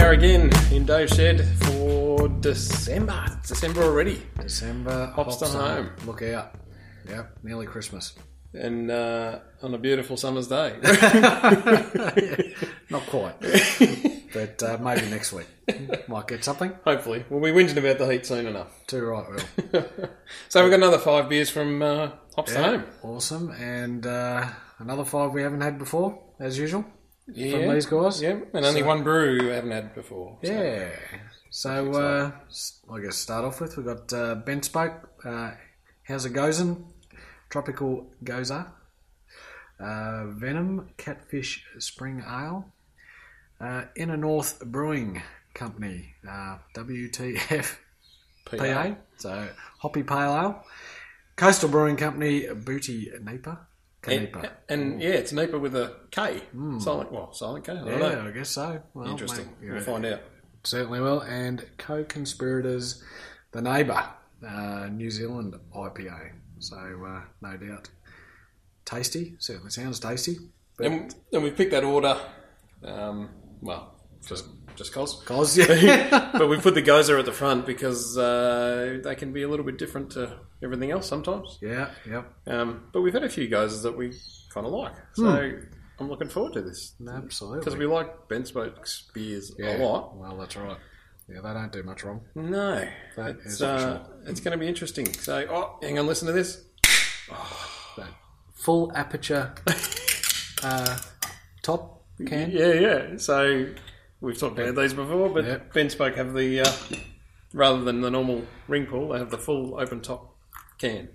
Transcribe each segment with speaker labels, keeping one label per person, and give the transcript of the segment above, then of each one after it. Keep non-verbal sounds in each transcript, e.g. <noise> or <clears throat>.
Speaker 1: are again in Dave's shed for December. It's December already.
Speaker 2: December
Speaker 1: Hops
Speaker 2: hops
Speaker 1: to
Speaker 2: on.
Speaker 1: home.
Speaker 2: Look out. Yep,
Speaker 1: <laughs>
Speaker 2: nearly Christmas. <laughs>
Speaker 1: And uh, on a beautiful summer's day.
Speaker 2: Not quite, but uh, maybe
Speaker 1: <laughs>
Speaker 2: next week. Might get something.
Speaker 1: Hopefully. We'll be whinging about the heat soon enough. <laughs>
Speaker 2: Too right, Will.
Speaker 1: So we've got another five beers from uh, Hops to Home.
Speaker 2: Awesome. And uh, another five we haven't had before, as usual.
Speaker 1: Yeah.
Speaker 2: these guys?
Speaker 1: Yeah. And only
Speaker 2: So-
Speaker 1: one brew we haven't had before. So-
Speaker 2: Yeah. So uh, s- I guess start off with we've got uh, Ben Spoke, uh, How's a Gozen, Tropical Goza, uh, Venom Catfish Spring Ale, uh, Inner North Brewing Company, uh, WTF PA, so Hoppy Pale Ale, Coastal Brewing Company, Booty Napa,
Speaker 1: And,
Speaker 2: Canepa.
Speaker 1: and yeah, it's Napa with a K. Silent, well, silent K. I don't know.
Speaker 2: Hmm. Yeah, I guess so. Well,
Speaker 1: Interesting.
Speaker 2: mate,
Speaker 1: We'll
Speaker 2: yeah.
Speaker 1: find out.
Speaker 2: Certainly will. And co conspirators, the neighbour, uh, New Zealand IPA. So, uh, no doubt. Tasty. Certainly sounds tasty.
Speaker 1: And, and we picked that order. Um, well, just just cause. <laughs>
Speaker 2: Cos, yeah.
Speaker 1: but we put the Gozer at the front because uh, they can be a little bit different to everything else sometimes.
Speaker 2: yeah, yep.
Speaker 1: Um, but we've had a few Gozers that we kind of like, so I'm looking forward to this because
Speaker 2: Absolutely.
Speaker 1: we like Ben Spoke's beers
Speaker 2: Yeah.
Speaker 1: a lot.
Speaker 2: Well, that's right. Yeah, they don't do much wrong.
Speaker 1: No,
Speaker 2: That
Speaker 1: it's
Speaker 2: is for
Speaker 1: uh, it's going to be interesting. So, oh, hang on, listen to this.
Speaker 2: That full
Speaker 1: <laughs>
Speaker 2: aperture uh, top can.
Speaker 1: Yeah, yeah. So we've talked about these before, but
Speaker 2: Yep.
Speaker 1: Ben Spoke have the uh, rather than the normal ring pull, they have the full open top can,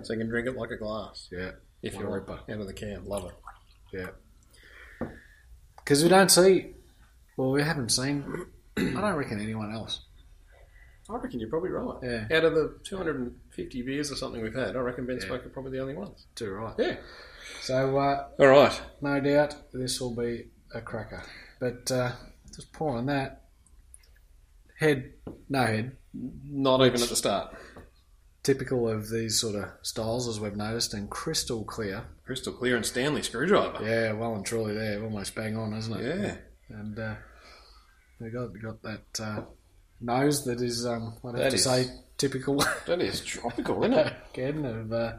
Speaker 1: so you can drink it like a glass
Speaker 2: Yeah.
Speaker 1: if
Speaker 2: What a
Speaker 1: you're
Speaker 2: ripper.
Speaker 1: out of the can. Love it.
Speaker 2: Yeah. Because we don't see, well, we haven't seen, I don't reckon anyone else.
Speaker 1: I reckon you're probably right.
Speaker 2: Yeah.
Speaker 1: Out of the 250 beers or something we've had, I reckon Ben
Speaker 2: Yeah.
Speaker 1: Spoke are probably the only ones.
Speaker 2: Do right.
Speaker 1: Yeah.
Speaker 2: So, uh,
Speaker 1: All right.
Speaker 2: no doubt this will be a cracker. But uh, just pouring that. Head, no head.
Speaker 1: Not even at the start.
Speaker 2: Typical of these sort of styles, as we've noticed, and crystal clear.
Speaker 1: Crystal clear and Stanley screwdriver.
Speaker 2: Yeah, well and truly there, almost bang on, isn't
Speaker 1: Yeah.
Speaker 2: it? And uh, they got got that uh, nose that is, um, I'd have
Speaker 1: That
Speaker 2: to
Speaker 1: is-
Speaker 2: say, typical <laughs>
Speaker 1: That is tropical, isn't it?
Speaker 2: again of uh,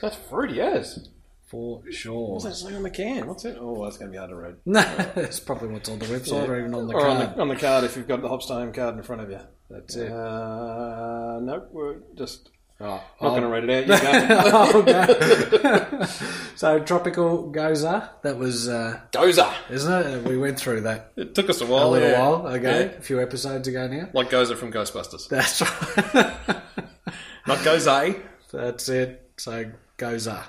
Speaker 1: That's fruity as.
Speaker 2: for sure.
Speaker 1: What's that say on the can? What's it? Oh, that's going to be hard to read.
Speaker 2: No, <laughs> that's probably what's on the website or even on the
Speaker 1: or
Speaker 2: card.
Speaker 1: On the, on the card if you've got the Hopstone card in front of you.
Speaker 2: That's it.
Speaker 1: Uh, nope, we're just
Speaker 2: Right,
Speaker 1: not
Speaker 2: I'll-
Speaker 1: going to read it <laughs> out. You Ah, go. <laughs>
Speaker 2: Oh, no. <laughs> so tropical goza. That was, uh,
Speaker 1: Gozer.
Speaker 2: isn't it? We went through that
Speaker 1: It took us a
Speaker 2: a
Speaker 1: while.
Speaker 2: little
Speaker 1: Oh, yeah.
Speaker 2: while ago,
Speaker 1: Yeah.
Speaker 2: a few episodes ago now.
Speaker 1: Like Gozer from Ghostbusters.
Speaker 2: That's right. <laughs>
Speaker 1: Not Gozer.
Speaker 2: That's it. So goza.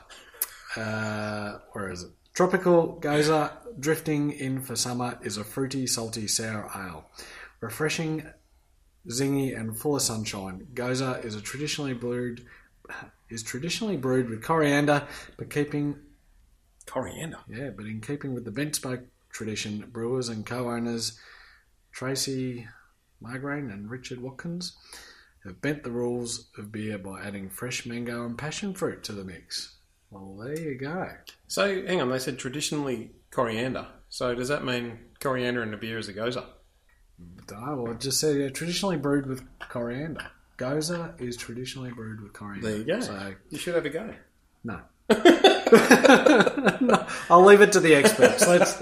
Speaker 2: Uh, where is it? Tropical goza drifting in for summer is a fruity, salty, sour ale, refreshing, zingy, and full of sunshine. Goza is a traditionally brewed is traditionally brewed with coriander, but keeping
Speaker 1: Coriander.
Speaker 2: Yeah, but in keeping with the bench spoke tradition, brewers and co owners Tracy Migraine and Richard Watkins have bent the rules of beer by adding fresh mango and passion fruit to the mix. Well, there you go.
Speaker 1: So, hang on, they said traditionally coriander. So, does that mean coriander in a beer is a gozer?
Speaker 2: Dunno, well, it just said yeah, traditionally brewed with coriander. Goza is traditionally brewed with coriander.
Speaker 1: There you go. <laughs>
Speaker 2: So, <laughs>
Speaker 1: You should have a go. <laughs>
Speaker 2: no. No, I'll leave it to the experts. Let's,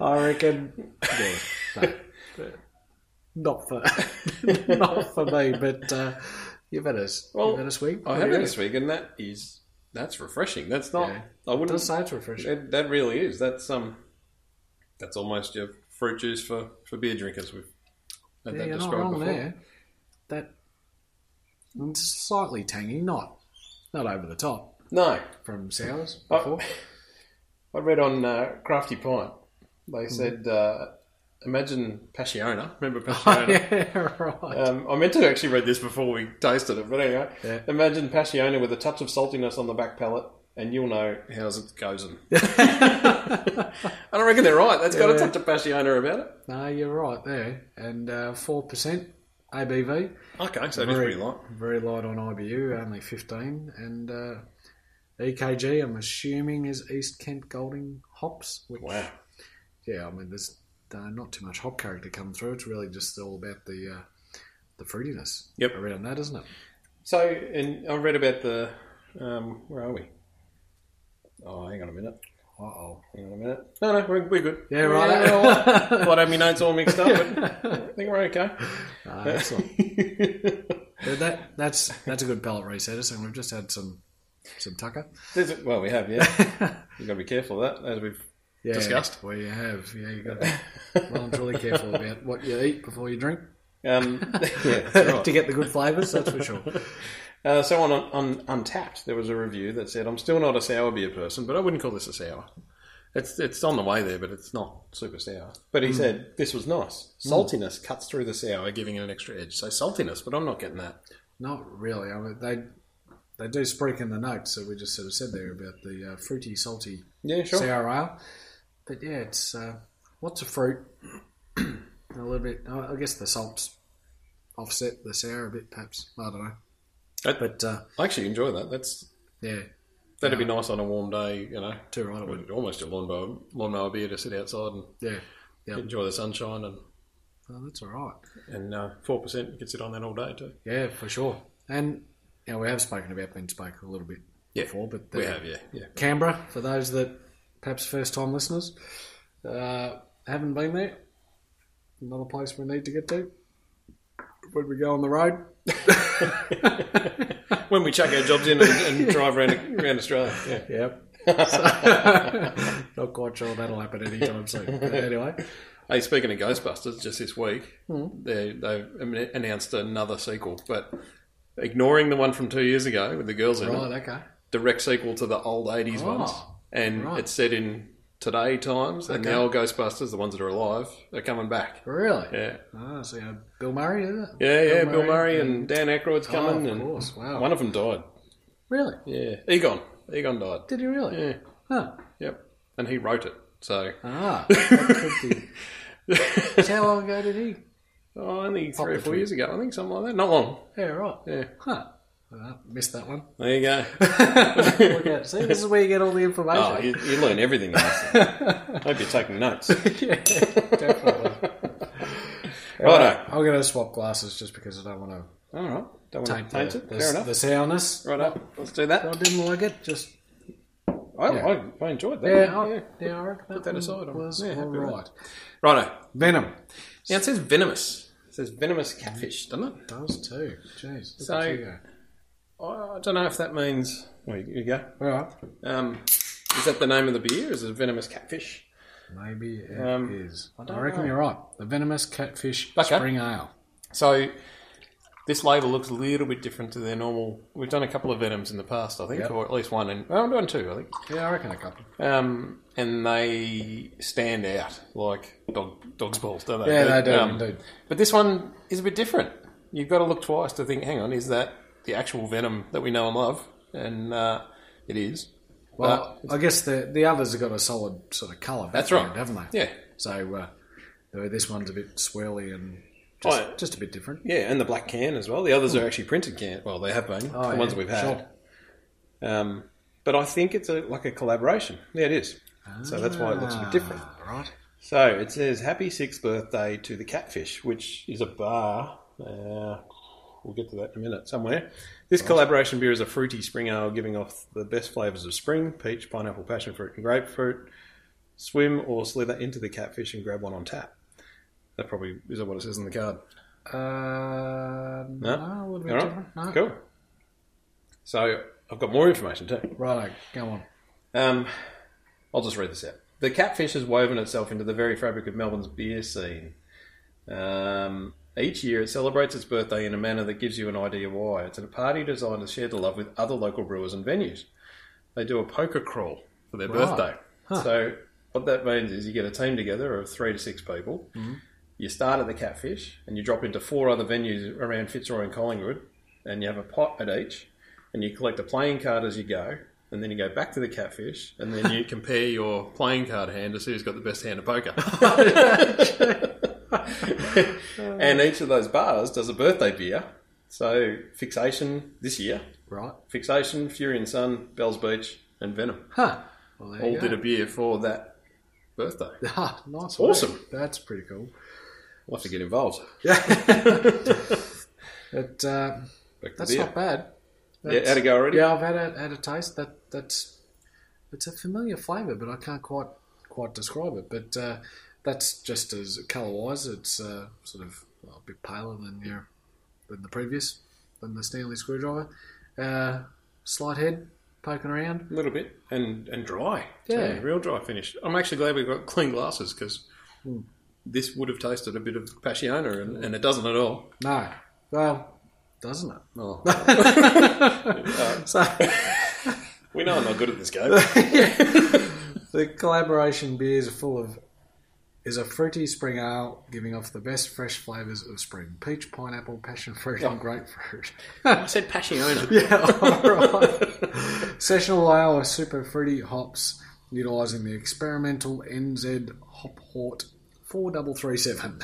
Speaker 2: <laughs> I reckon. Yeah, no. Not for <laughs> not for me, but uh, you've had a
Speaker 1: Well,
Speaker 2: you've had a swig.
Speaker 1: I
Speaker 2: What
Speaker 1: have
Speaker 2: do
Speaker 1: it
Speaker 2: you
Speaker 1: this week, and that is that's refreshing. That's not.
Speaker 2: Yeah.
Speaker 1: I
Speaker 2: reckon?
Speaker 1: wouldn't.
Speaker 2: Does say it's refreshing.
Speaker 1: It, that really is. That's um. That's almost your fruit juice for for beer drinkers. We've had that
Speaker 2: Yeah, you're not
Speaker 1: described
Speaker 2: wrong
Speaker 1: before.
Speaker 2: there. That it's slightly tangy, not not over the top
Speaker 1: No,
Speaker 2: from sours
Speaker 1: I-
Speaker 2: before.
Speaker 1: I read on uh, Crafty Pint. They
Speaker 2: Mm-hmm.
Speaker 1: said, uh, imagine Passiona.
Speaker 2: <laughs>
Speaker 1: Remember <laughs> Passiona?
Speaker 2: yeah, right.
Speaker 1: Um, I meant to actually read this before we tasted it, but anyway.
Speaker 2: Yeah.
Speaker 1: Imagine Passiona with a touch of saltiness on the back palate, and you'll know how's it goes. <laughs> in. Oh. And I reckon they're right. That's got a
Speaker 2: Yeah.
Speaker 1: touch of Passiona about it.
Speaker 2: <laughs> no, you're right there, and uh, four percent ABV.
Speaker 1: Okay, so it is
Speaker 2: Very-
Speaker 1: pretty light.
Speaker 2: Very light on IBU, only 15. And uh, EKG, I'm assuming, is East Kent Golding hops. Which,
Speaker 1: Wow.
Speaker 2: Yeah, I mean, there's uh, not too much hop character come through. It's really just all about the uh, the fruitiness
Speaker 1: Yep.
Speaker 2: around that, isn't it?
Speaker 1: So, and I read about the. Um, where are we? Oh, hang on a minute.
Speaker 2: Uh oh.
Speaker 1: Hang on a minute. No, no, we're, we're good.
Speaker 2: Yeah, right.
Speaker 1: <laughs>
Speaker 2: Uh,
Speaker 1: I might have my notes all mixed up, <laughs> but I think we're okay. <laughs>
Speaker 2: Ah, excellent. But that that's that's a good pellet reset, isn't it? We've just had some some tucker.
Speaker 1: <laughs> There's a- well, we have, yeah. You've got to be careful of that, as we've.
Speaker 2: Yeah,
Speaker 1: Discussed.
Speaker 2: Well, you have. Yeah, you got to be well and truly careful about what you eat before you drink
Speaker 1: Um, <laughs> yeah,
Speaker 2: <laughs>
Speaker 1: that's right.
Speaker 2: to get the good flavours. That's for sure.
Speaker 1: Uh, so on, on Untapped, there was a review that said, "I'm still not a sour beer person, but I wouldn't call this a sour. It's it's on the way there, but it's not super sour." But he said this was nice. Saltiness cuts through the sour, giving it an extra edge. So saltiness, but I'm not getting that.
Speaker 2: Not really. I mean, they they do speak in the notes that we just sort of said there about the uh, fruity, salty
Speaker 1: Yeah, sure.
Speaker 2: sour ale. But yeah, it's uh, lots of fruit, <clears throat> a little bit. I I guess the salts offset the sour a bit, perhaps. I don't know.
Speaker 1: That-
Speaker 2: But uh,
Speaker 1: I actually enjoy that. That's
Speaker 2: yeah,
Speaker 1: that'd be nice on a warm day. You know,
Speaker 2: too right. I would.
Speaker 1: almost a lawnmower lawnmower beer to sit outside and
Speaker 2: Yeah, Yep.
Speaker 1: enjoy the sunshine and
Speaker 2: oh, that's all right.
Speaker 1: and uh, four percent. You could sit on that all day too.
Speaker 2: Yeah, for sure. And you know, we have spoken about Ben Spake a little bit
Speaker 1: Yeah,
Speaker 2: before, but the,
Speaker 1: We have, yeah, yeah.
Speaker 2: Canberra for those that perhaps first time listeners uh, haven't been there. Another place we need to get to when we go on the road.
Speaker 1: <laughs> when we chuck our jobs in and, and drive around around Australia, yeah.
Speaker 2: Yep. So- <laughs> not quite sure that'll happen anytime soon. But anyway,
Speaker 1: Hey, speaking of Ghostbusters, just this week
Speaker 2: Hmm.
Speaker 1: they they am- announced another sequel, but ignoring the one from two years ago with the girls in it,
Speaker 2: right, okay.
Speaker 1: direct sequel to the old eighties
Speaker 2: Oh,
Speaker 1: ones, and
Speaker 2: right.
Speaker 1: it's set in today times, and
Speaker 2: Okay.
Speaker 1: now Ghostbusters, the ones that are alive, are coming back.
Speaker 2: Really?
Speaker 1: Yeah,
Speaker 2: Ah, so you know, Bill Murray, is it?
Speaker 1: yeah, yeah. Bill Murray and Dan Aykroyd's
Speaker 2: Oh,
Speaker 1: coming,
Speaker 2: of
Speaker 1: and
Speaker 2: course, wow.
Speaker 1: one of them died.
Speaker 2: Really?
Speaker 1: Yeah, Egon, Egon died.
Speaker 2: Did he really?
Speaker 1: Yeah,
Speaker 2: Huh.
Speaker 1: yep, and he wrote it. So <laughs>
Speaker 2: Ah, that could be. How long ago did he?
Speaker 1: Oh, only three or
Speaker 2: the
Speaker 1: four
Speaker 2: tweet.
Speaker 1: years ago, I think, something like that. Not long.
Speaker 2: Yeah, right.
Speaker 1: Yeah.
Speaker 2: Huh. Uh, missed that one.
Speaker 1: There you go.
Speaker 2: Look out. See, this is where you get all the
Speaker 1: <laughs>
Speaker 2: information.
Speaker 1: oh, you, you learn everything. <laughs> Lance. Hope you're taking <laughs> notes.
Speaker 2: yeah, definitely.
Speaker 1: Righto.
Speaker 2: I'm going to swap glasses just because I don't want to
Speaker 1: All right. Don't want
Speaker 2: taint
Speaker 1: to taint
Speaker 2: the,
Speaker 1: it.
Speaker 2: the,
Speaker 1: Fair enough.
Speaker 2: the sourness.
Speaker 1: Right up. Let's do
Speaker 2: I
Speaker 1: that.
Speaker 2: didn't like it. Just
Speaker 1: I,
Speaker 2: Yeah.
Speaker 1: I, I enjoyed that.
Speaker 2: yeah, I, yeah, I reckon that
Speaker 1: that
Speaker 2: one
Speaker 1: aside, I'm-
Speaker 2: Was
Speaker 1: yeah,
Speaker 2: all
Speaker 1: happy with
Speaker 2: right.
Speaker 1: Righto.
Speaker 2: Venom
Speaker 1: Now it says venomous. It says venomous catfish, doesn't it?
Speaker 2: does too. Jeez. look
Speaker 1: So-
Speaker 2: at you go.
Speaker 1: I don't know if that means. Well, here you go.
Speaker 2: all right.
Speaker 1: Um, is that the name of the beer? Is it venomous catfish?
Speaker 2: Maybe it is.
Speaker 1: Um,
Speaker 2: I,
Speaker 1: don't
Speaker 2: reckon
Speaker 1: know.
Speaker 2: you're right. The venomous catfish
Speaker 1: Okay.
Speaker 2: spring ale.
Speaker 1: So this label looks a little bit different to their normal. We've done a couple of venoms in the past, I think,
Speaker 2: Yep.
Speaker 1: or at least one. And well, we've done two, I think.
Speaker 2: Yeah, I reckon a couple.
Speaker 1: Um, and they stand out like dog, dog's balls, don't they?
Speaker 2: Yeah,
Speaker 1: But,
Speaker 2: they do,
Speaker 1: um,
Speaker 2: indeed.
Speaker 1: But this one is a bit different. You've got to look twice to think, hang on, is that the actual venom that we know and love? And uh, it is. Uh,
Speaker 2: Well, I guess the the others have got a solid sort of colour.
Speaker 1: That's
Speaker 2: background,
Speaker 1: right.
Speaker 2: haven't they?
Speaker 1: Yeah.
Speaker 2: So uh, though this one's a bit swirly and just,
Speaker 1: Oh, yeah.
Speaker 2: just a bit different.
Speaker 1: Yeah, and the black can as well. The others are actually printed can. Well, they have been, the
Speaker 2: Oh, yeah,
Speaker 1: ones we've had.
Speaker 2: sure.
Speaker 1: Um, but I think it's a, like a collaboration. Yeah, it is. So that's why it looks a bit different.
Speaker 2: Ah, right?
Speaker 1: So it says happy sixth birthday to the Catfish, which is a bar. Uh, we'll get to that in a minute somewhere. This collaboration beer is a fruity spring ale, giving off the best flavours of spring, peach, pineapple, passion fruit, and grapefruit. Swim or slither into the Catfish and grab one on tap. That probably isn't what it says on the card.
Speaker 2: Uh,
Speaker 1: No,
Speaker 2: no, a little bit
Speaker 1: All right.
Speaker 2: different. No.
Speaker 1: Cool. So I've got more information too.
Speaker 2: Righto, go on.
Speaker 1: Um, I'll just read this out. The catfish has woven itself into the very fabric of Melbourne's beer scene. Um, each year, it celebrates its birthday in a manner that gives you an idea why. It's a party designed to share the love with other local brewers and venues. They do a poker crawl for their
Speaker 2: Right.
Speaker 1: birthday. So, what that means is you get a team together of three to six people. You start at the catfish and you drop into four other venues around Fitzroy and Collingwood, and you have a pot at each and you collect a playing card as you go, and then you go back to the catfish, and then
Speaker 2: <laughs>
Speaker 1: you compare your playing card hand to see who's got the best hand of poker. and each of those bars does a birthday beer. So fixation this year,
Speaker 2: Right?
Speaker 1: fixation, Fury and Sun, Bells Beach, and Venom
Speaker 2: Huh? Well, there
Speaker 1: all
Speaker 2: you go.
Speaker 1: did a beer for that birthday.
Speaker 2: <laughs> Ah, nice.
Speaker 1: Awesome.
Speaker 2: work. That's pretty
Speaker 1: <laughs>
Speaker 2: cool. <laughs>
Speaker 1: We'll have to get involved.
Speaker 2: Yeah. but uh,
Speaker 1: Back to
Speaker 2: that's
Speaker 1: beer.
Speaker 2: not bad.
Speaker 1: Yeah, had a go already?
Speaker 2: Yeah, I've had a, had a taste. That that's it's a familiar flavour, but I can't quite quite describe it. But uh, that's just as colour wise, it's uh, sort of well, a bit paler than your than the previous than the Stanley screwdriver. Uh, slight head poking around.
Speaker 1: A little bit and and dry.
Speaker 2: Yeah.
Speaker 1: real dry finish. I'm actually glad we've got clean glasses because
Speaker 2: Hmm.
Speaker 1: this would have tasted a bit of passiona and, and it doesn't at all.
Speaker 2: No, well, doesn't it? <laughs>
Speaker 1: Oh,
Speaker 2: So
Speaker 1: <laughs> we know I'm not good at this
Speaker 2: <laughs>
Speaker 1: game.
Speaker 2: the collaboration beers are full of is a fruity spring ale giving off the best fresh flavours of spring: peach, pineapple, passion fruit, and grapefruit. <laughs>
Speaker 1: I said passiona.
Speaker 2: Yeah, alright. Sessional ale of super fruity hops, utilising the experimental NZ Hop Hort 4337.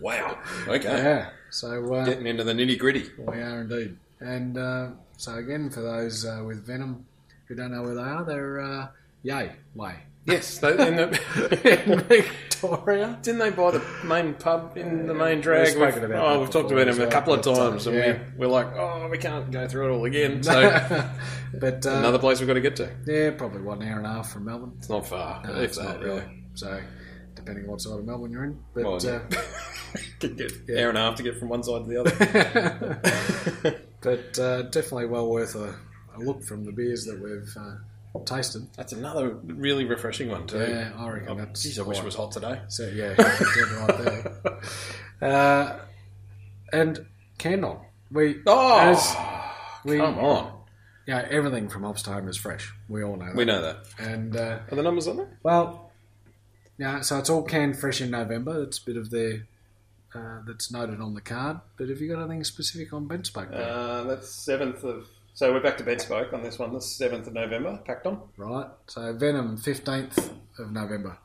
Speaker 1: Wow. Okay.
Speaker 2: Yeah, so uh,
Speaker 1: Getting into the nitty gritty.
Speaker 2: we are indeed. And uh, so, again, for those uh, with Venom who don't know where they are, they're uh, Yay Way. <laughs>
Speaker 1: Yes. They, and the- <laughs>
Speaker 2: In Victoria.
Speaker 1: didn't they buy the main pub in the main
Speaker 2: We've
Speaker 1: drag?
Speaker 2: spoken
Speaker 1: We've-
Speaker 2: about
Speaker 1: oh,
Speaker 2: that
Speaker 1: we've talked
Speaker 2: before
Speaker 1: about
Speaker 2: as
Speaker 1: him a
Speaker 2: well,
Speaker 1: couple of
Speaker 2: but, uh,
Speaker 1: times, and
Speaker 2: yeah.
Speaker 1: we, we're like, oh, we can't go through it all
Speaker 2: <laughs>
Speaker 1: again. So
Speaker 2: but uh,
Speaker 1: another place we've got to get to.
Speaker 2: yeah, probably what, an hour and a half from Melbourne.
Speaker 1: It's not far.
Speaker 2: No,
Speaker 1: if
Speaker 2: it's
Speaker 1: that,
Speaker 2: not really. So, depending on what side of Melbourne you're in. But
Speaker 1: Well,
Speaker 2: uh,
Speaker 1: yeah. <laughs> Could get an hour and a half to get from one side to the other.
Speaker 2: <laughs> but uh, definitely well worth a, a look from the beers that we've uh, tasted.
Speaker 1: That's another really refreshing one too.
Speaker 2: Yeah, I reckon that's.
Speaker 1: Jeez, um, I wish it was hot today.
Speaker 2: <laughs> So yeah, dead right
Speaker 1: <laughs>
Speaker 2: there. Uh, and Candle, we
Speaker 1: Oh,
Speaker 2: as we
Speaker 1: come on.
Speaker 2: yeah, everything from Ops to Home is fresh. We all know that.
Speaker 1: We know that.
Speaker 2: And uh,
Speaker 1: Are the numbers on there?
Speaker 2: well, yeah, so it's all canned fresh in November. It's a bit of their. Uh, that's noted on the card, but have you got anything specific on bench spoke?
Speaker 1: Uh, that's seventh of. So we're back to bed spoke on this one. The seventh of November, packed on.
Speaker 2: right, so Venom, fifteenth of November.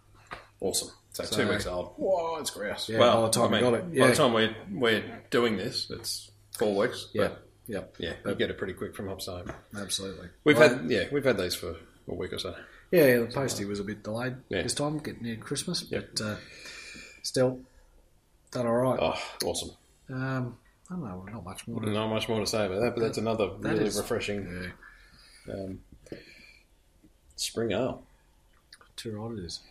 Speaker 1: Awesome. So,
Speaker 2: So-
Speaker 1: two weeks old. Whoa, it's grouse.
Speaker 2: Yeah, by the time we got it,
Speaker 1: By
Speaker 2: yeah.
Speaker 1: the time we're, we're doing this, it's four weeks.
Speaker 2: Yeah,
Speaker 1: But
Speaker 2: yep,
Speaker 1: yeah, you get it pretty quick from upside.
Speaker 2: absolutely.
Speaker 1: We've
Speaker 2: Well,
Speaker 1: had yeah, we've had these for a week or so.
Speaker 2: Yeah, the postie was a bit delayed
Speaker 1: Yeah.
Speaker 2: this time, getting near Christmas,
Speaker 1: Yep.
Speaker 2: but uh, still done all right.
Speaker 1: Oh, awesome.
Speaker 2: Um, I don't know, not much more. To,
Speaker 1: Not much more to say about that, but that's another
Speaker 2: That
Speaker 1: really
Speaker 2: is-
Speaker 1: refreshing
Speaker 2: yeah,
Speaker 1: um, spring ale.
Speaker 2: too right it is.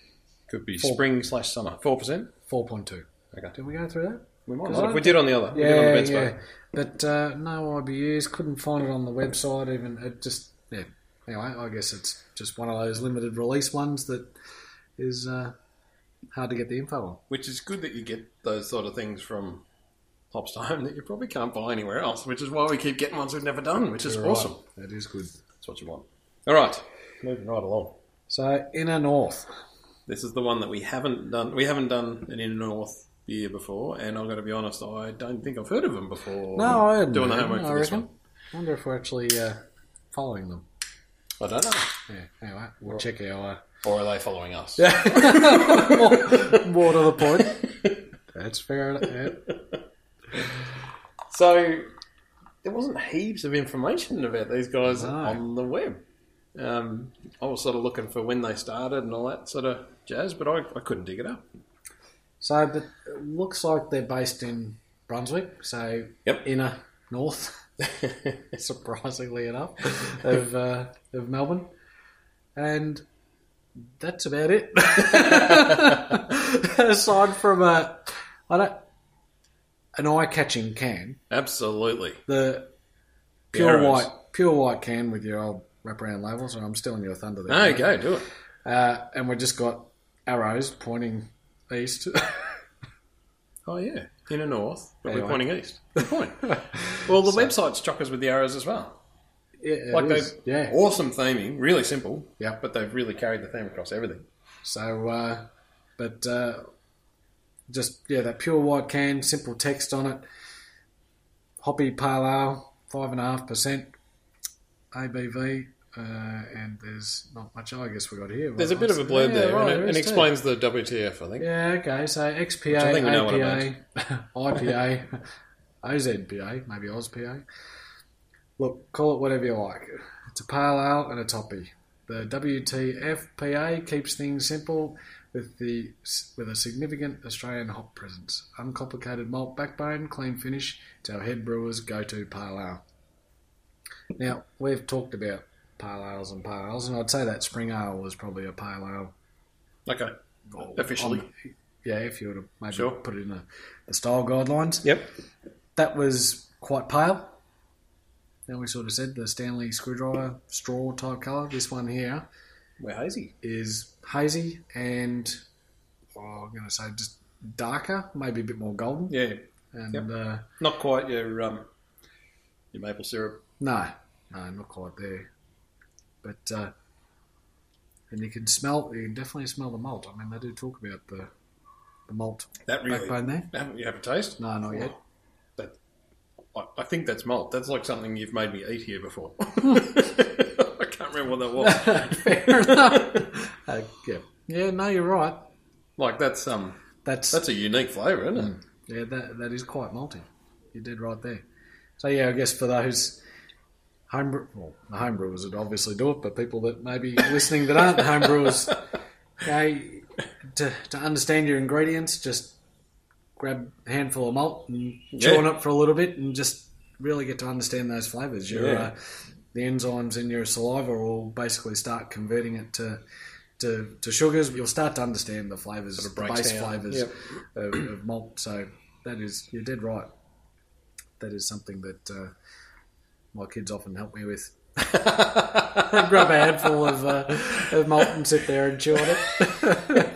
Speaker 1: Could be spring slash summer. Four percent.
Speaker 2: Four point two.
Speaker 1: Okay.
Speaker 2: Did we go through that?
Speaker 1: We might.
Speaker 2: Good
Speaker 1: as well.
Speaker 2: on.
Speaker 1: We did on the other. we did on the bench
Speaker 2: yeah.
Speaker 1: boat.
Speaker 2: But uh, no IBUs. Couldn't find it on the website. Even it just yeah. Anyway, I guess it's just one of those limited release ones that is uh, hard to get the info on.
Speaker 1: Which is good that you get those sort of things from Hops Time <laughs> that you probably can't buy anywhere else, which is why we keep getting ones we've never done, which is
Speaker 2: You're right.
Speaker 1: awesome.
Speaker 2: That is good.
Speaker 1: That's what you want. All right. Moving right along.
Speaker 2: So inner north.
Speaker 1: This is the one that we haven't done. We haven't done an Inner North beer before, and I'm going to be honest, I don't think I've heard of them before.
Speaker 2: No, I hadn't
Speaker 1: doing the
Speaker 2: heard
Speaker 1: homework
Speaker 2: them,
Speaker 1: for
Speaker 2: I
Speaker 1: this
Speaker 2: reckon.
Speaker 1: one.
Speaker 2: wonder if we're actually uh, following them.
Speaker 1: I don't know.
Speaker 2: Yeah, anyway, we'll check our. <laughs>
Speaker 1: Or are they following us?
Speaker 2: Uh, more to the point. That's fair. enough, Yeah.
Speaker 1: So there wasn't heaps of information about these guys
Speaker 2: No.
Speaker 1: on the web. Um, I was sort of looking for when they started and all that sort of jazz, but I, I couldn't dig it
Speaker 2: <laughs>
Speaker 1: up.
Speaker 2: So but it looks like they're based in Brunswick, so
Speaker 1: Yep.
Speaker 2: inner north, <laughs> surprisingly
Speaker 1: <laughs>
Speaker 2: enough, of, uh, of Melbourne. And that's about it. <laughs> Aside from a, I don't, an eye catching can.
Speaker 1: Absolutely.
Speaker 2: the pure
Speaker 1: arrows.
Speaker 2: white pure white can with your old wraparound labels, and I'm stealing your thunder there.
Speaker 1: No,
Speaker 2: mate.
Speaker 1: go do it.
Speaker 2: Uh, and we've just got arrows pointing east. <laughs>
Speaker 1: Oh yeah, inner north, but
Speaker 2: Anyway.
Speaker 1: we're pointing east.
Speaker 2: <laughs>
Speaker 1: Good point. well, the website's chuckers with the arrows as well.
Speaker 2: yeah, it
Speaker 1: Like
Speaker 2: is.
Speaker 1: they've
Speaker 2: yeah.
Speaker 1: awesome theming, really simple.
Speaker 2: Yeah.
Speaker 1: but they've really carried the theme across everything.
Speaker 2: So, uh, but uh, just yeah, that pure white can, simple text on it. Hoppy pale ale, five and a half percent ABV. Uh, and there's not much I guess we got here.
Speaker 1: There's a bit of a blurb
Speaker 2: Yeah,
Speaker 1: there,
Speaker 2: right,
Speaker 1: and
Speaker 2: there
Speaker 1: it, and
Speaker 2: is too.
Speaker 1: explains the WTF. I think.
Speaker 2: Yeah, okay. So
Speaker 1: I
Speaker 2: XPA,
Speaker 1: think we know what it
Speaker 2: <laughs> APA, <laughs> IPA, OZPA, maybe OzPA. Look, call it whatever you like. It's a pale ale and a toppy. The WTFPA keeps things simple with the with a significant Australian hop presence. Uncomplicated malt backbone, clean finish. It's our head brewer's go-to pale ale. Now we've talked about pale ales and pale ales, and I'd say that spring ale was probably a pale ale.
Speaker 1: Okay.
Speaker 2: Or
Speaker 1: Officially.
Speaker 2: on the- yeah, if you were to maybe
Speaker 1: Sure.
Speaker 2: put it in the, the style guidelines,
Speaker 1: Yep.
Speaker 2: that was quite pale. Now we sort of said the Stanley screwdriver straw type colour. This one here
Speaker 1: We're hazy.
Speaker 2: is hazy and oh, I'm going to say just darker, maybe a bit more golden.
Speaker 1: Yeah.
Speaker 2: And
Speaker 1: Yep.
Speaker 2: uh,
Speaker 1: Not quite your um, your maple syrup.
Speaker 2: no, no, not quite there. But uh, and you can smell, you can definitely smell the malt. I mean, they do talk about the the malt
Speaker 1: That really.
Speaker 2: backbone there.
Speaker 1: Haven't you have a taste?
Speaker 2: No, not yet.
Speaker 1: That, I, I think that's malt. That's like something you've made me eat here before. <laughs> I can't remember what that was.
Speaker 2: <laughs> Fair enough.
Speaker 1: <laughs>
Speaker 2: Uh, yeah, yeah, no, you're right.
Speaker 1: like that's um
Speaker 2: That's
Speaker 1: that's a unique flavour, isn't it?
Speaker 2: Yeah, that that is quite malty. You did right there. So yeah, I guess for those home well, the homebrewers would obviously do it, but people that may be listening that aren't
Speaker 1: <laughs>
Speaker 2: the homebrewers, they to to understand your ingredients, just grab a handful of malt and chew
Speaker 1: Yeah.
Speaker 2: on it for a little bit, and just really get to understand those flavors. Your
Speaker 1: Yeah.
Speaker 2: uh, the enzymes in your saliva will basically start converting it to. To, to sugars, you'll start to understand the flavors,
Speaker 1: Sort of
Speaker 2: the
Speaker 1: breaks
Speaker 2: base
Speaker 1: down.
Speaker 2: flavors
Speaker 1: Yep.
Speaker 2: of, of malt. So that is you're dead right. That is something that uh, my kids often help me with. <laughs> Grab a handful of, uh, of malt and sit there and chew on it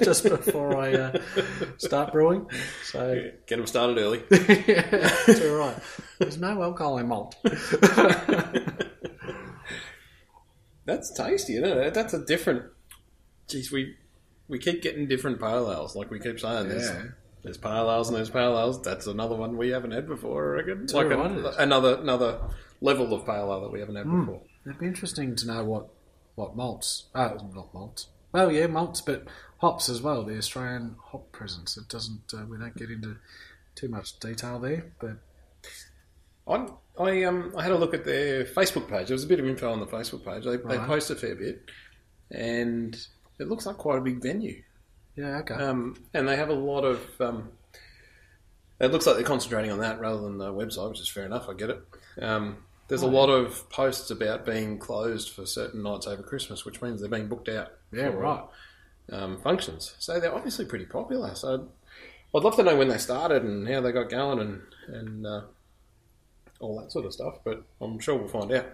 Speaker 2: <laughs> just before I uh, start brewing. So <laughs>
Speaker 1: Get them started early.
Speaker 2: yeah, it's all right. There's no alcohol in malt.
Speaker 1: <laughs> That's tasty, isn't it? That's a different. Geez, we we keep getting different parallels. Like we keep saying,
Speaker 2: Yeah.
Speaker 1: there's there's parallels and there's parallels. That's another one we haven't had before. I reckon.
Speaker 2: all
Speaker 1: Like a-
Speaker 2: right, it is.
Speaker 1: another another level of parallel that we haven't
Speaker 2: Hmm.
Speaker 1: had before.
Speaker 2: It'd be interesting to know what what malts. Oh, not malts. Well, yeah, malts, but hops as well. The Australian hop presence. It doesn't. Uh, we don't get into too much detail there, but
Speaker 1: I, I um I had a look at their Facebook page. There was a bit of info on the Facebook page. They, they
Speaker 2: Right.
Speaker 1: post a fair bit, and it looks like quite a big venue.
Speaker 2: yeah, okay.
Speaker 1: Um, and they have a lot of. Um, it looks like they're concentrating on that rather than the website, which is fair enough. I get it. Um, there's
Speaker 2: Oh,
Speaker 1: a lot of posts about being closed for certain nights over Christmas, which means they're being booked out
Speaker 2: yeah,
Speaker 1: for,
Speaker 2: right.
Speaker 1: um, functions. So they're obviously pretty popular. So I'd love to know when they started and how they got going and and uh, all that sort of stuff. But I'm sure we'll find out.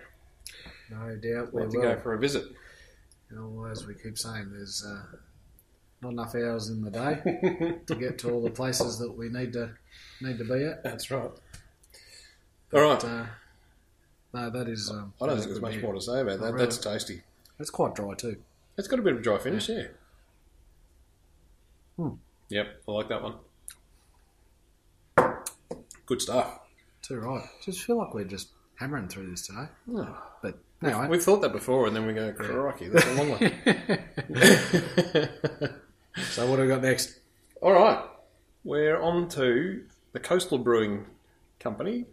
Speaker 2: No doubt
Speaker 1: We'll
Speaker 2: we
Speaker 1: have to
Speaker 2: will.
Speaker 1: go for a
Speaker 2: <laughs>
Speaker 1: visit. <laughs>
Speaker 2: You know, as we keep saying, there's uh, not enough hours in the day to get to all the places that we need to need to be at.
Speaker 1: That's right. All right.
Speaker 2: But, uh, no, that is. Um,
Speaker 1: I don't
Speaker 2: that
Speaker 1: think
Speaker 2: is
Speaker 1: there's
Speaker 2: good
Speaker 1: much
Speaker 2: beer.
Speaker 1: more to say about that.
Speaker 2: really.
Speaker 1: That's tasty.
Speaker 2: It's quite dry too.
Speaker 1: It's got a bit of a dry finish, yeah.
Speaker 2: Hmm.
Speaker 1: Yep, I like that one. Good stuff.
Speaker 2: Too right. Just feel like we're just hammering through this today. But
Speaker 1: We've,
Speaker 2: Oh, anyway,
Speaker 1: we've thought that before, and then we go, crikey, that's a long <laughs> one.
Speaker 2: <laughs> so what have we got next?
Speaker 1: <laughs> All right, we're on to the Coastal Brewing Company.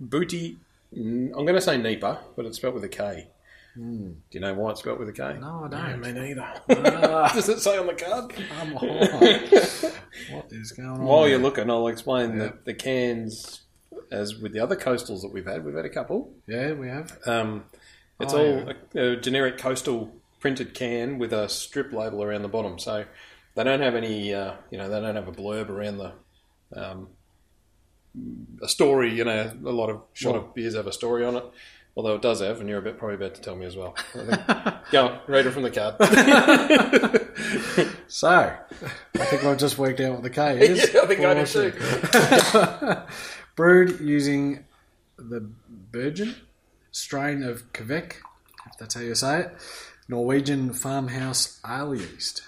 Speaker 1: Booty, I'm going to say Nipa, but it's spelled with a K. Do you know why it's spelled with a K?
Speaker 2: Hmm. No, I don't.
Speaker 1: me neither.
Speaker 2: Ah.
Speaker 1: <laughs>
Speaker 2: Oh.
Speaker 1: Does it say on the card?
Speaker 2: Come on.
Speaker 1: <laughs>
Speaker 2: what is going on?
Speaker 1: While
Speaker 2: there?
Speaker 1: you're looking, I'll explain
Speaker 2: Yeah.
Speaker 1: the, the cans as with the other coastals that we've had. We've had a couple.
Speaker 2: Yeah, we have.
Speaker 1: Um, it's
Speaker 2: Oh,
Speaker 1: all a, a generic coastal printed can with a strip label around the bottom. So they don't have any, uh, you know, they don't have a blurb around the. Um, a story, you know, a lot of a lot of beers have a story on it. Although it does have, and you're about, probably about to tell me as well. I think-
Speaker 2: <laughs>
Speaker 1: Go on, read it from the card. <laughs>
Speaker 2: So, I think I've just worked out what
Speaker 1: <laughs>
Speaker 2: the K is.
Speaker 1: Yeah, I think I did
Speaker 2: Bullshit. <laughs> Brewed using the Bergen strain of Quebec, if that's how you say it, Norwegian farmhouse ale yeast.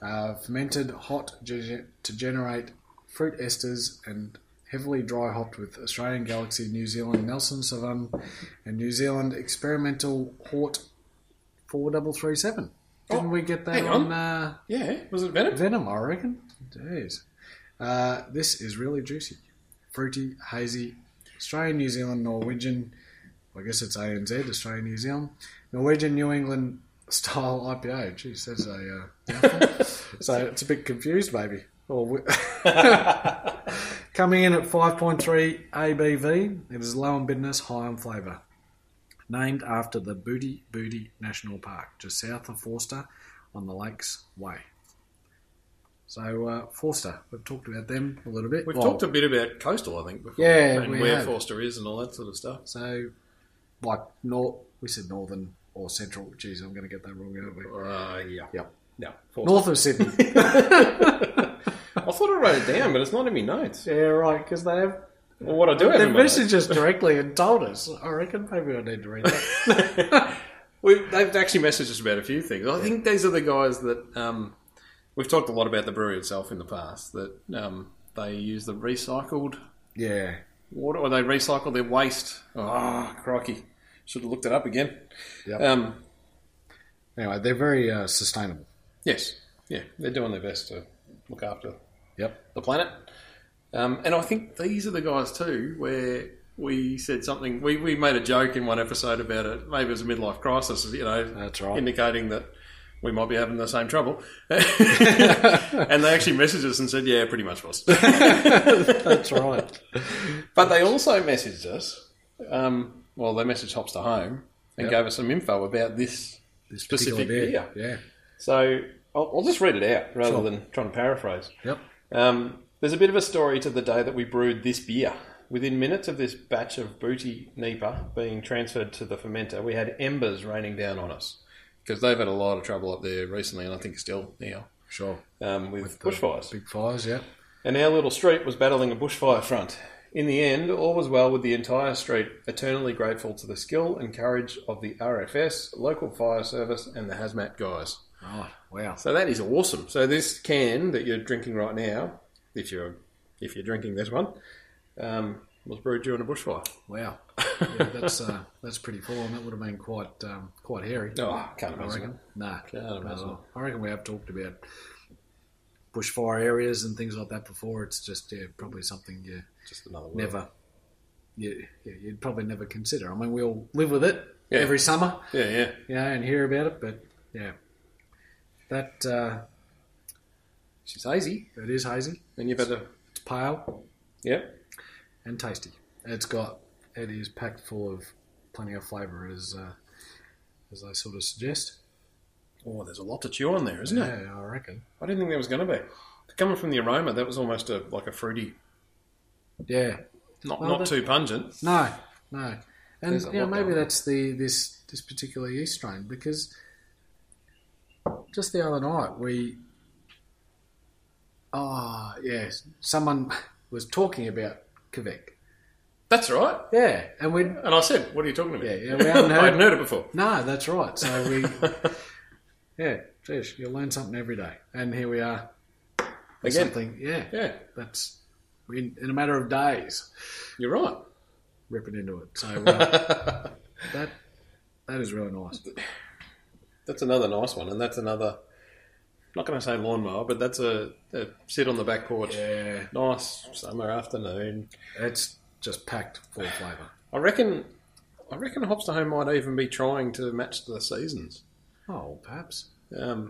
Speaker 2: Uh, fermented hot ge- to generate fruit esters and heavily dry hopped with Australian Galaxy, New Zealand Nelson Sauvin, and New Zealand experimental Hort 4337. Didn't
Speaker 1: Oh,
Speaker 2: we get that
Speaker 1: hang
Speaker 2: on?
Speaker 1: on.
Speaker 2: Uh,
Speaker 1: yeah, was it
Speaker 2: <laughs>
Speaker 1: Venom?
Speaker 2: Venom, I reckon. Jeez. Uh, this is really juicy. Fruity, hazy, Australian, New Zealand, Norwegian, I guess it's ANZ, Australian, <laughs> New Zealand, Norwegian, New England style IPA. Jeez, that's a uh, mouthful. So it's a bit confused, maybe. Or
Speaker 1: <laughs>
Speaker 2: we- <laughs> Coming in at 5.3 ABV, it is low in bitterness, high in flavour. Named after the Booty Booty National Park, just south of Forster on the Lakes Way. So, uh, Forster, we've talked about them a little bit.
Speaker 1: We've
Speaker 2: Well,
Speaker 1: talked a bit about coastal, I think, before.
Speaker 2: Yeah,
Speaker 1: and
Speaker 2: we
Speaker 1: where
Speaker 2: have.
Speaker 1: Forster is and all that sort of stuff.
Speaker 2: So, like, nor- we said northern or central. Jeez, I'm going to get that wrong, aren't we?
Speaker 1: Uh, yeah,
Speaker 2: Yep.
Speaker 1: yeah. Forster.
Speaker 2: <laughs> North of Sydney.
Speaker 1: I thought I wrote it down, but it's not in my notes.
Speaker 2: yeah, right, because they have
Speaker 1: Well, what I do have
Speaker 2: They
Speaker 1: in my notes-
Speaker 2: messaged us directly and told us. I reckon maybe I need to read
Speaker 1: <laughs>
Speaker 2: that. <laughs>
Speaker 1: we, they've actually messaged us about a few things. I think these are the guys that um, we've talked a lot about the brewery itself in the past. That um, they use the recycled
Speaker 2: yeah.
Speaker 1: water, or they recycle their waste. Ah, crikey! Should have looked it up again.
Speaker 2: Yep.
Speaker 1: Um,
Speaker 2: Anyway, they're very uh, sustainable.
Speaker 1: yes, yeah, they're doing their best to look after
Speaker 2: Yep.
Speaker 1: the planet. Um, and I think these are the guys too, where we said something. We, we made a joke in one episode about it. Maybe it was a midlife crisis, you know,
Speaker 2: That's right.
Speaker 1: indicating that we might be having the same
Speaker 2: <laughs>
Speaker 1: trouble. and they actually messaged us and said, "Yeah, pretty much
Speaker 2: <laughs>
Speaker 1: was."
Speaker 2: That's right.
Speaker 1: but they also messaged us. Um, well, they messaged Hops to Home and
Speaker 2: Yep.
Speaker 1: gave us some info about this
Speaker 2: This
Speaker 1: Specific
Speaker 2: particular Yeah.
Speaker 1: So I'll, I'll just read it out rather
Speaker 2: Sure.
Speaker 1: than trying to paraphrase.
Speaker 2: Yep.
Speaker 1: Um, there's a bit of a story to the day that we brewed this beer. Within minutes of this batch of booty Nipah being transferred to the fermenter, we had embers raining down on us because they've had a lot of trouble up there recently, and I think still now
Speaker 2: Sure.
Speaker 1: um, with,
Speaker 2: The
Speaker 1: bushfires.
Speaker 2: Big fires, yeah.
Speaker 1: And our little street was battling a bushfire front. In the end, all was well with the entire street, eternally grateful to the skill and courage of the RFS, local fire service, and the hazmat guys.
Speaker 2: Right. Oh, Wow.
Speaker 1: So that is awesome. So this can that you're drinking right now, if you're if you're drinking this one, um, was brewed during a bushfire.
Speaker 2: Wow. Yeah, that's uh, that's pretty full, and that would have been quite um, quite hairy.
Speaker 1: <laughs> Oh, I can't
Speaker 2: I
Speaker 1: imagine.
Speaker 2: reckon. Nah.
Speaker 1: Can't
Speaker 2: not at
Speaker 1: imagine.
Speaker 2: all. I reckon we have talked about bushfire areas and things like that before. It's just yeah, probably something you
Speaker 1: Just another word.
Speaker 2: never you, yeah, you'd probably never consider. I mean, we all live with it
Speaker 1: Yeah.
Speaker 2: every summer.
Speaker 1: Yeah, yeah.
Speaker 2: you know, and hear about it. But yeah, that uh,
Speaker 1: She's hazy,
Speaker 2: it is hazy.
Speaker 1: and you've had a
Speaker 2: It's pale
Speaker 1: yeah.
Speaker 2: and tasty. It's got it is packed full of plenty of flavour, as uh, as I sort of suggest.
Speaker 1: Oh, there's a lot to chew on there, isn't it?
Speaker 2: Yeah, I reckon.
Speaker 1: I didn't think there was going to be. Coming from the aroma, that was almost a like a fruity,
Speaker 2: Yeah,
Speaker 1: not
Speaker 2: Well,
Speaker 1: not
Speaker 2: the-
Speaker 1: too pungent.
Speaker 2: no, no, and
Speaker 1: There's a
Speaker 2: you know,
Speaker 1: lot
Speaker 2: maybe
Speaker 1: going on.
Speaker 2: that's the this this particular yeast strain because just the other night we. Oh, yeah. Someone <laughs> was talking about Quebec.
Speaker 1: That's right.
Speaker 2: Yeah. And we
Speaker 1: And I said, "What are you talking about?"
Speaker 2: Yeah, yeah,
Speaker 1: <laughs>
Speaker 2: we haven't
Speaker 1: I hadn't
Speaker 2: heard-
Speaker 1: heard it before.
Speaker 2: No, that's right.
Speaker 1: <laughs>
Speaker 2: So we, yeah, geez, you learn something every day, and here we are with
Speaker 1: Again.
Speaker 2: Something, yeah,
Speaker 1: Yeah,
Speaker 2: that's in, in a matter of days
Speaker 1: you're right.
Speaker 2: ripping into it. So
Speaker 1: <laughs>
Speaker 2: uh, that that is really nice.
Speaker 1: That's another nice one, and that's another. Not going to say lawnmower, but that's a, a sit on the back porch.
Speaker 2: Yeah,
Speaker 1: Nice summer afternoon.
Speaker 2: it's just packed full of flavour.
Speaker 1: I reckon. I reckon Hops to Home might even be trying to match the seasons.
Speaker 2: Oh, perhaps
Speaker 1: Because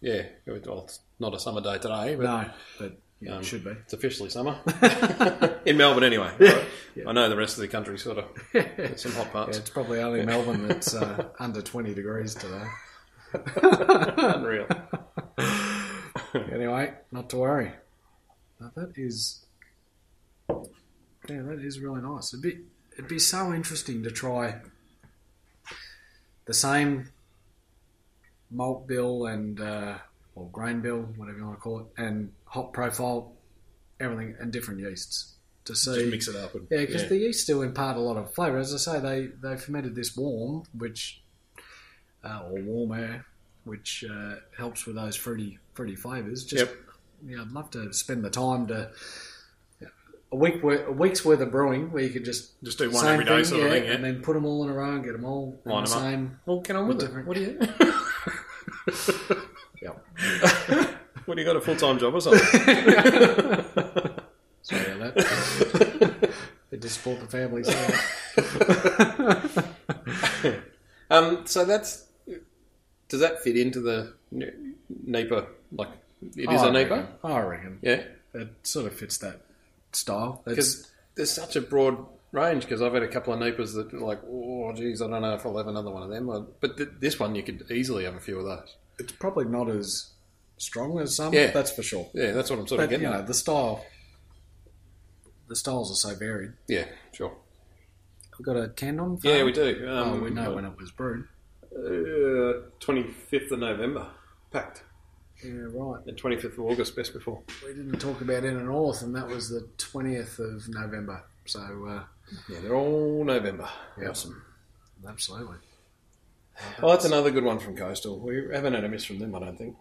Speaker 1: yeah, it- well, it's not a summer day today, but
Speaker 2: Hmm. no, but yeah,
Speaker 1: Um,
Speaker 2: it should be.
Speaker 1: it's officially summer
Speaker 2: <laughs>
Speaker 1: <laughs> in Melbourne anyway. I know the rest of the country sort of
Speaker 2: <laughs>
Speaker 1: <laughs>
Speaker 2: yeah,
Speaker 1: some hot parts.
Speaker 2: it's probably only Melbourne that's
Speaker 1: <laughs>
Speaker 2: uh, under twenty degrees today.
Speaker 1: Unreal.
Speaker 2: <laughs> Anyway, not to worry. Now that is, yeah, that is really nice. It'd be, it'd be so interesting to try the same malt bill and uh, or grain bill, whatever you want to call it, and hop profile, everything, and different yeasts to see.
Speaker 1: Just mix it up. And,
Speaker 2: Yeah, because the yeast still impart a lot of flavour. As I say, they, they fermented this warm, which uh, or warm air, which uh, helps with those fruity fruity flavours. Just
Speaker 1: Yep.
Speaker 2: you know, I'd love to spend the time to a week wor- a week's worth of brewing where you could just
Speaker 1: just do one every day sort of thing. Yeah.
Speaker 2: and then put them all in a row and get them all in
Speaker 1: Line
Speaker 2: the
Speaker 1: 'em up.
Speaker 2: same.
Speaker 1: well, get on with it.
Speaker 2: different-
Speaker 1: What do you?
Speaker 2: Yep.
Speaker 1: <laughs> what do you got a full time job or something? <laughs>
Speaker 2: Sorry about that. Had to support the family. So.
Speaker 1: Um, so that's does that fit into the n- NEPA. Like it is
Speaker 2: I
Speaker 1: a
Speaker 2: reckon.
Speaker 1: NEPA.
Speaker 2: I reckon.
Speaker 1: Yeah,
Speaker 2: It sort of fits that style. It's,
Speaker 1: because there's such a broad range. Because I've had a couple of NEPAs that are like, oh, geez, I don't know if I'll have another one of them. Or- But th- this one, you could easily have a few of those.
Speaker 2: it's probably not as strong as some,
Speaker 1: Yeah.
Speaker 2: that's for sure.
Speaker 1: Yeah, that's what I'm sort
Speaker 2: But
Speaker 1: of getting
Speaker 2: you know,
Speaker 1: at.
Speaker 2: the style, the styles are so varied.
Speaker 1: Yeah, sure.
Speaker 2: We've got a Tandon. Farm.
Speaker 1: Yeah, we do. Um,
Speaker 2: Oh, we know when it was brewed.
Speaker 1: Twenty fifth of November, packed,
Speaker 2: Yeah, right.
Speaker 1: and twenty fifth of August, best before.
Speaker 2: We didn't talk about In and North, and that was the twentieth of November. So uh,
Speaker 1: Yeah, they're all November.
Speaker 2: yeah. awesome, absolutely.
Speaker 1: Oh, that's another good one from Coastal. We haven't had a miss from them, I don't think.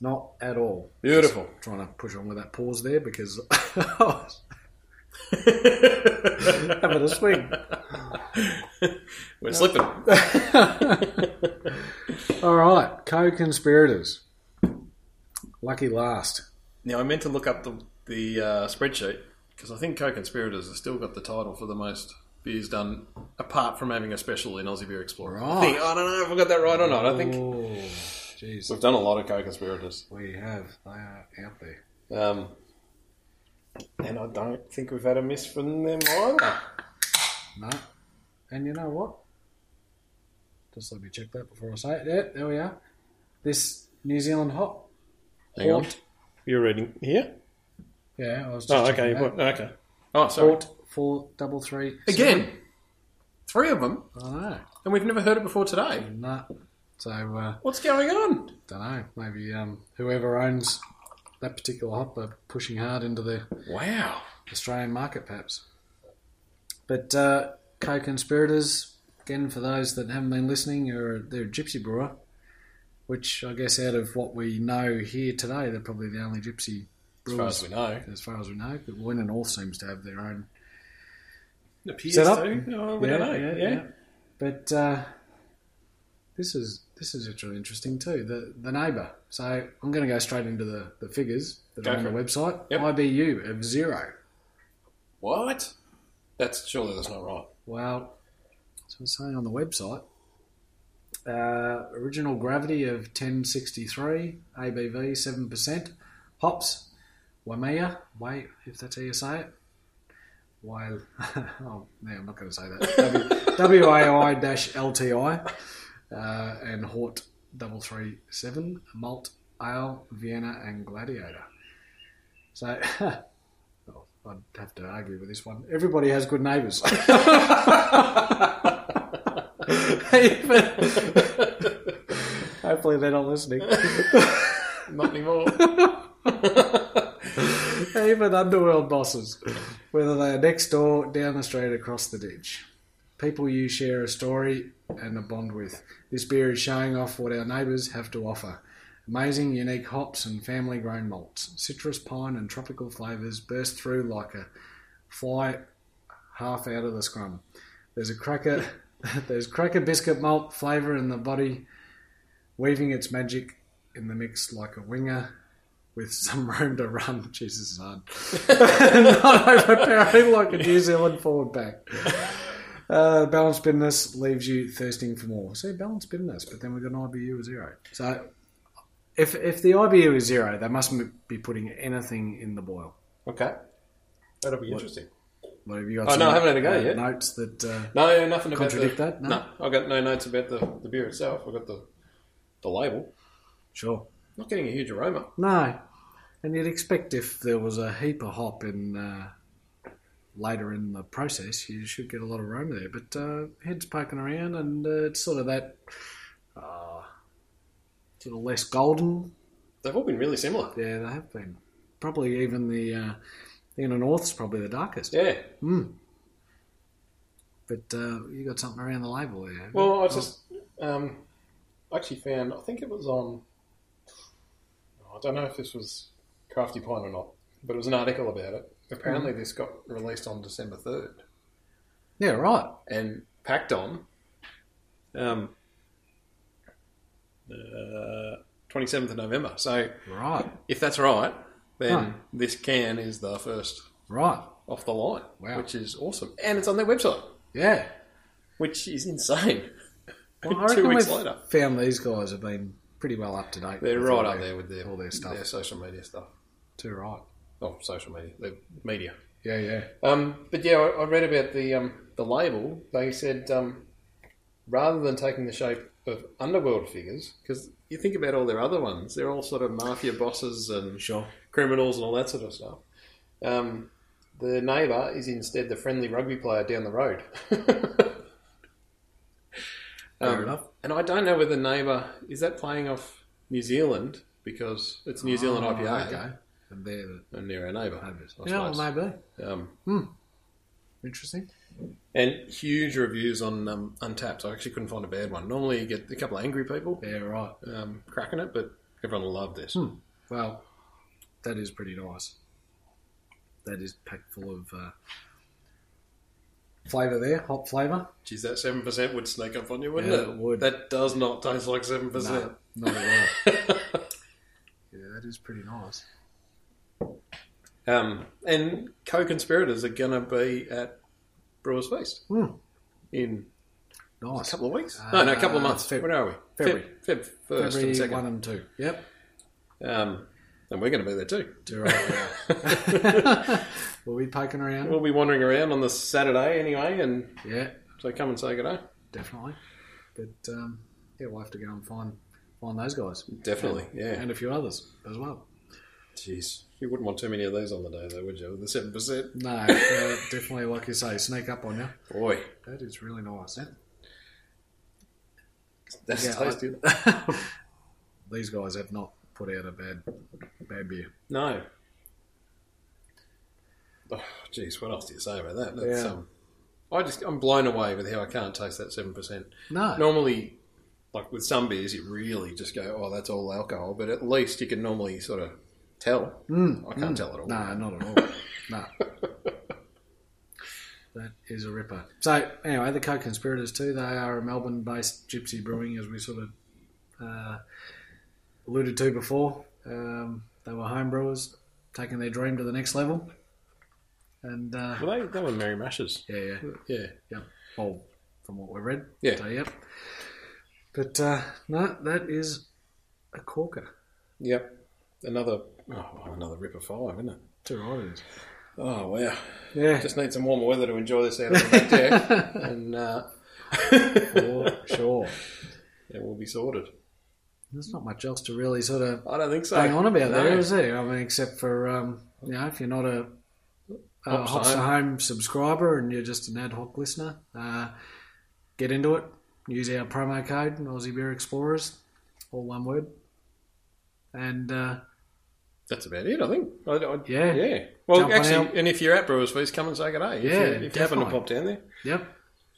Speaker 2: Not at all.
Speaker 1: Beautiful.
Speaker 2: Trying to push on with that pause there because <laughs> I was having a swing.
Speaker 1: We're slipping.
Speaker 2: All right, co-conspirators. Lucky last.
Speaker 1: Now, I meant to look up the, the uh, spreadsheet because I think co-conspirators have still got the title for the most beers done, apart from having a special in Aussie Beer Explorer. I, think, I don't know if I got that right or not. I think
Speaker 2: Oh, jeez,
Speaker 1: we've done a lot of co-conspirators,
Speaker 2: we have. uh, They are out there.
Speaker 1: um, and I don't think we've had a miss from them either.
Speaker 2: No. And you know what? Just let me check that before I say it. Yeah, there we are. This New Zealand hop.
Speaker 1: Hang on.
Speaker 2: Port.
Speaker 1: You're reading here?
Speaker 2: Yeah, I was just
Speaker 1: Oh,
Speaker 2: checking
Speaker 1: okay.
Speaker 2: that.
Speaker 1: what- Okay. Oh, sorry.
Speaker 2: Port four double three.
Speaker 1: Again, three of them,
Speaker 2: I don't know.
Speaker 1: and we've never heard it before today.
Speaker 2: Nah. So uh,
Speaker 1: What's going on?
Speaker 2: don't know. Maybe um, whoever owns that particular hop are pushing hard into the
Speaker 1: Wow.
Speaker 2: Australian market, perhaps. But uh, co-conspirators, again, for those that haven't been listening, you're, they're a gypsy brewer, which I guess out of what we know here today, they're probably the only gypsy
Speaker 1: As far
Speaker 2: brewers,
Speaker 1: as we know,
Speaker 2: as far as we know. But Wynn and North seems to have their own.
Speaker 1: it appears
Speaker 2: Set up?
Speaker 1: to. Oh, we don't know.
Speaker 2: But uh, this is this is actually interesting too. The the neighbour. So I'm going to go straight into the, the figures that
Speaker 1: Go
Speaker 2: are on
Speaker 1: for
Speaker 2: the website.
Speaker 1: Yep.
Speaker 2: IBU of zero.
Speaker 1: What? That's surely that's not <laughs> right.
Speaker 2: Well, so it's saying on the website, uh, original gravity of 1063, ABV 7%, hops, Waimea, wait, if that's how you say it. While, <laughs> oh, no, I'm not going to say that. W A I LTI uh, and Hort 337, malt, ale, Vienna, and Gladiator. So, <laughs> well, I'd have to argue with this one. Everybody has good neighbours. <laughs> Hopefully they're not listening. <laughs>
Speaker 1: not <laughs> anymore.
Speaker 2: Even underworld bosses, whether they are next door, down the street, across the ditch. People you share a story and a bond with. This beer is showing off what our neighbours have to offer. Amazing, unique hops and family grown malts. Citrus, pine, and tropical flavours burst through like a fly half out of the scrum. There's a cracker, <laughs> there's cracker biscuit malt flavour in the body, weaving its magic in the mix like a winger with some <laughs> room to run.
Speaker 1: <laughs>
Speaker 2: Jesus, <laughs> son. Not overpowering like a New Zealand forward back. Uh, balanced bitterness leaves you thirsting for more. See, balanced bitterness, but then we've got an IBU of zero. So if, if the IBU is zero, they mustn't be putting anything in the boil.
Speaker 1: Okay. That'll be interesting.
Speaker 2: What have you got?
Speaker 1: Oh,
Speaker 2: some,
Speaker 1: no, I haven't had a go
Speaker 2: uh,
Speaker 1: yet.
Speaker 2: Notes that uh,
Speaker 1: No, nothing about
Speaker 2: Contradict
Speaker 1: the,
Speaker 2: that? No?
Speaker 1: I got no notes about the, the beer itself. I got the the label.
Speaker 2: sure.
Speaker 1: Not getting a huge aroma.
Speaker 2: No, and you'd expect if there was a heap of hop in uh, later in the process, you should get a lot of aroma there. But uh, heads poking around, and uh, it's sort of that uh, sort of less golden.
Speaker 1: They've all been really similar.
Speaker 2: Yeah, they have been. Probably even the uh, the inner north's probably the darkest.
Speaker 1: Yeah.
Speaker 2: But uh, you got something around the label there. haven't you?
Speaker 1: Well, I just um, actually found. I think it was on. I don't know if this was Crafty Pine or not, but it was an article about it. Apparently, this got released on December third.
Speaker 2: yeah, right.
Speaker 1: and packed on. Um, twenty seventh of November. So
Speaker 2: Right,
Speaker 1: if that's right, then
Speaker 2: Right.
Speaker 1: this can is the first
Speaker 2: right.
Speaker 1: off the line,
Speaker 2: Wow.
Speaker 1: which is awesome, and it's on their website,
Speaker 2: Yeah,
Speaker 1: which is insane.
Speaker 2: Well, I
Speaker 1: Two
Speaker 2: reckon
Speaker 1: weeks
Speaker 2: we've
Speaker 1: later.
Speaker 2: found these guys have been pretty well up to date.
Speaker 1: They're
Speaker 2: with
Speaker 1: right
Speaker 2: all
Speaker 1: up
Speaker 2: their-
Speaker 1: there with their
Speaker 2: all their stuff.
Speaker 1: their social media stuff.
Speaker 2: Too right.
Speaker 1: Oh, social media, the media.
Speaker 2: Yeah, yeah.
Speaker 1: Um, but yeah, I, I read about the um, the label. They said um, rather than taking the shape of underworld figures, because you think about all their other ones, they're all sort of mafia bosses and
Speaker 2: Sure.
Speaker 1: criminals and all that sort of stuff. Um, the neighbour is instead the friendly rugby player down the road. <laughs>
Speaker 2: Fair
Speaker 1: Um,
Speaker 2: enough.
Speaker 1: And I don't know whether neighbour is that playing off New Zealand because it's New Zealand
Speaker 2: Oh,
Speaker 1: IPA
Speaker 2: Okay. And they're the
Speaker 1: and they're our neighbour.
Speaker 2: neighbours.
Speaker 1: I
Speaker 2: Yeah,
Speaker 1: suppose.
Speaker 2: well, maybe.
Speaker 1: Um,
Speaker 2: Interesting.
Speaker 1: and huge reviews on um, Untapped. I actually couldn't find a bad one. Normally, you get a couple of angry people
Speaker 2: Yeah, right.
Speaker 1: um, cracking it, but everyone loved this.
Speaker 2: Hmm. Well, that is pretty nice. That is packed full of uh, flavour there, hop flavour.
Speaker 1: Geez, that seven percent would sneak up on you, wouldn't
Speaker 2: Yeah,
Speaker 1: it?
Speaker 2: it would.
Speaker 1: That does not taste like seven percent.
Speaker 2: No, not at all. <laughs> Yeah, that is pretty nice.
Speaker 1: <laughs> um, and co-conspirators are going to be at Brewers Feast
Speaker 2: Hmm.
Speaker 1: in a
Speaker 2: Nice.
Speaker 1: couple of weeks. no, no, a couple of
Speaker 2: Uh,
Speaker 1: months.
Speaker 2: Feb-
Speaker 1: Where are we?
Speaker 2: February.
Speaker 1: Feb, Feb first
Speaker 2: February
Speaker 1: and second.
Speaker 2: one and two. Yep.
Speaker 1: Um, and we're going to be there too.
Speaker 2: Do right. <laughs> we'll be poking around.
Speaker 1: We'll be wandering around on the Saturday anyway, and
Speaker 2: Yeah,
Speaker 1: so come and say good day.
Speaker 2: definitely. But um, yeah, we'll have to go and find find those guys
Speaker 1: Definitely, yeah.
Speaker 2: and a few others as well.
Speaker 1: Jeez, you wouldn't want too many of these on the day, though, would you? With the seven percent,
Speaker 2: No, uh, definitely, like you say, sneak up on you.
Speaker 1: boy,
Speaker 2: That is really nice.
Speaker 1: that's
Speaker 2: Yeah, I-
Speaker 1: tasty. <laughs>
Speaker 2: These guys have not put out a bad bad beer.
Speaker 1: No. Oh, jeez, what else do you say about that? That's,
Speaker 2: Yeah.
Speaker 1: um, I just I'm blown away with how I can't taste that seven percent.
Speaker 2: No,
Speaker 1: Normally, like with some beers, you really just go, "Oh, that's all alcohol," but at least you can normally sort of tell.
Speaker 2: Mm,
Speaker 1: I can't tell at all.
Speaker 2: no, not at all.
Speaker 1: <laughs>
Speaker 2: no. That is a ripper. So anyway, the co-conspirators too. They are a Melbourne-based gypsy brewing, as we sort of uh, alluded to before. Um, they were home brewers taking their dream to the next level, and uh,
Speaker 1: Well, they they were merry mashes.
Speaker 2: yeah, yeah,
Speaker 1: Yeah,
Speaker 2: well, from what we read,
Speaker 1: Yeah.
Speaker 2: So, yep. But uh, no, that is a corker.
Speaker 1: yep. Another oh, another ripper five, isn't it?
Speaker 2: Too right it is.
Speaker 1: Oh wow.
Speaker 2: Yeah,
Speaker 1: Just <laughs> need some warmer weather to enjoy this <laughs> out on the back deck, and uh, <laughs>
Speaker 2: for sure.
Speaker 1: it will be sorted.
Speaker 2: There's not much else to really sort of
Speaker 1: I don't think so.
Speaker 2: bang on about
Speaker 1: No.
Speaker 2: there, is there? I mean, except for um, you know, if you're not a, a
Speaker 1: Hops to
Speaker 2: Hops to
Speaker 1: Home.
Speaker 2: Home subscriber and you're just an ad hoc listener, uh, get into it. Use our promo code Aussie Beer Explorers, all one word, and uh,
Speaker 1: That's about it, I think. I, I,
Speaker 2: Yeah.
Speaker 1: yeah. Well,
Speaker 2: Jump on
Speaker 1: actually,
Speaker 2: out.
Speaker 1: and if you're at Brewers Feast, come and say good day. If you, if
Speaker 2: Yeah,
Speaker 1: you happen to
Speaker 2: definitely.
Speaker 1: pop down there,
Speaker 2: yep,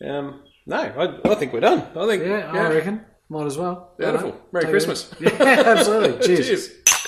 Speaker 1: um, no, I, I think we're done. I think
Speaker 2: yeah, I reckon might as well.
Speaker 1: Beautiful.
Speaker 2: Alright.
Speaker 1: Merry
Speaker 2: Take it <laughs>
Speaker 1: Christmas. <laughs>
Speaker 2: easy. Yeah, absolutely. Cheers.
Speaker 1: Cheers.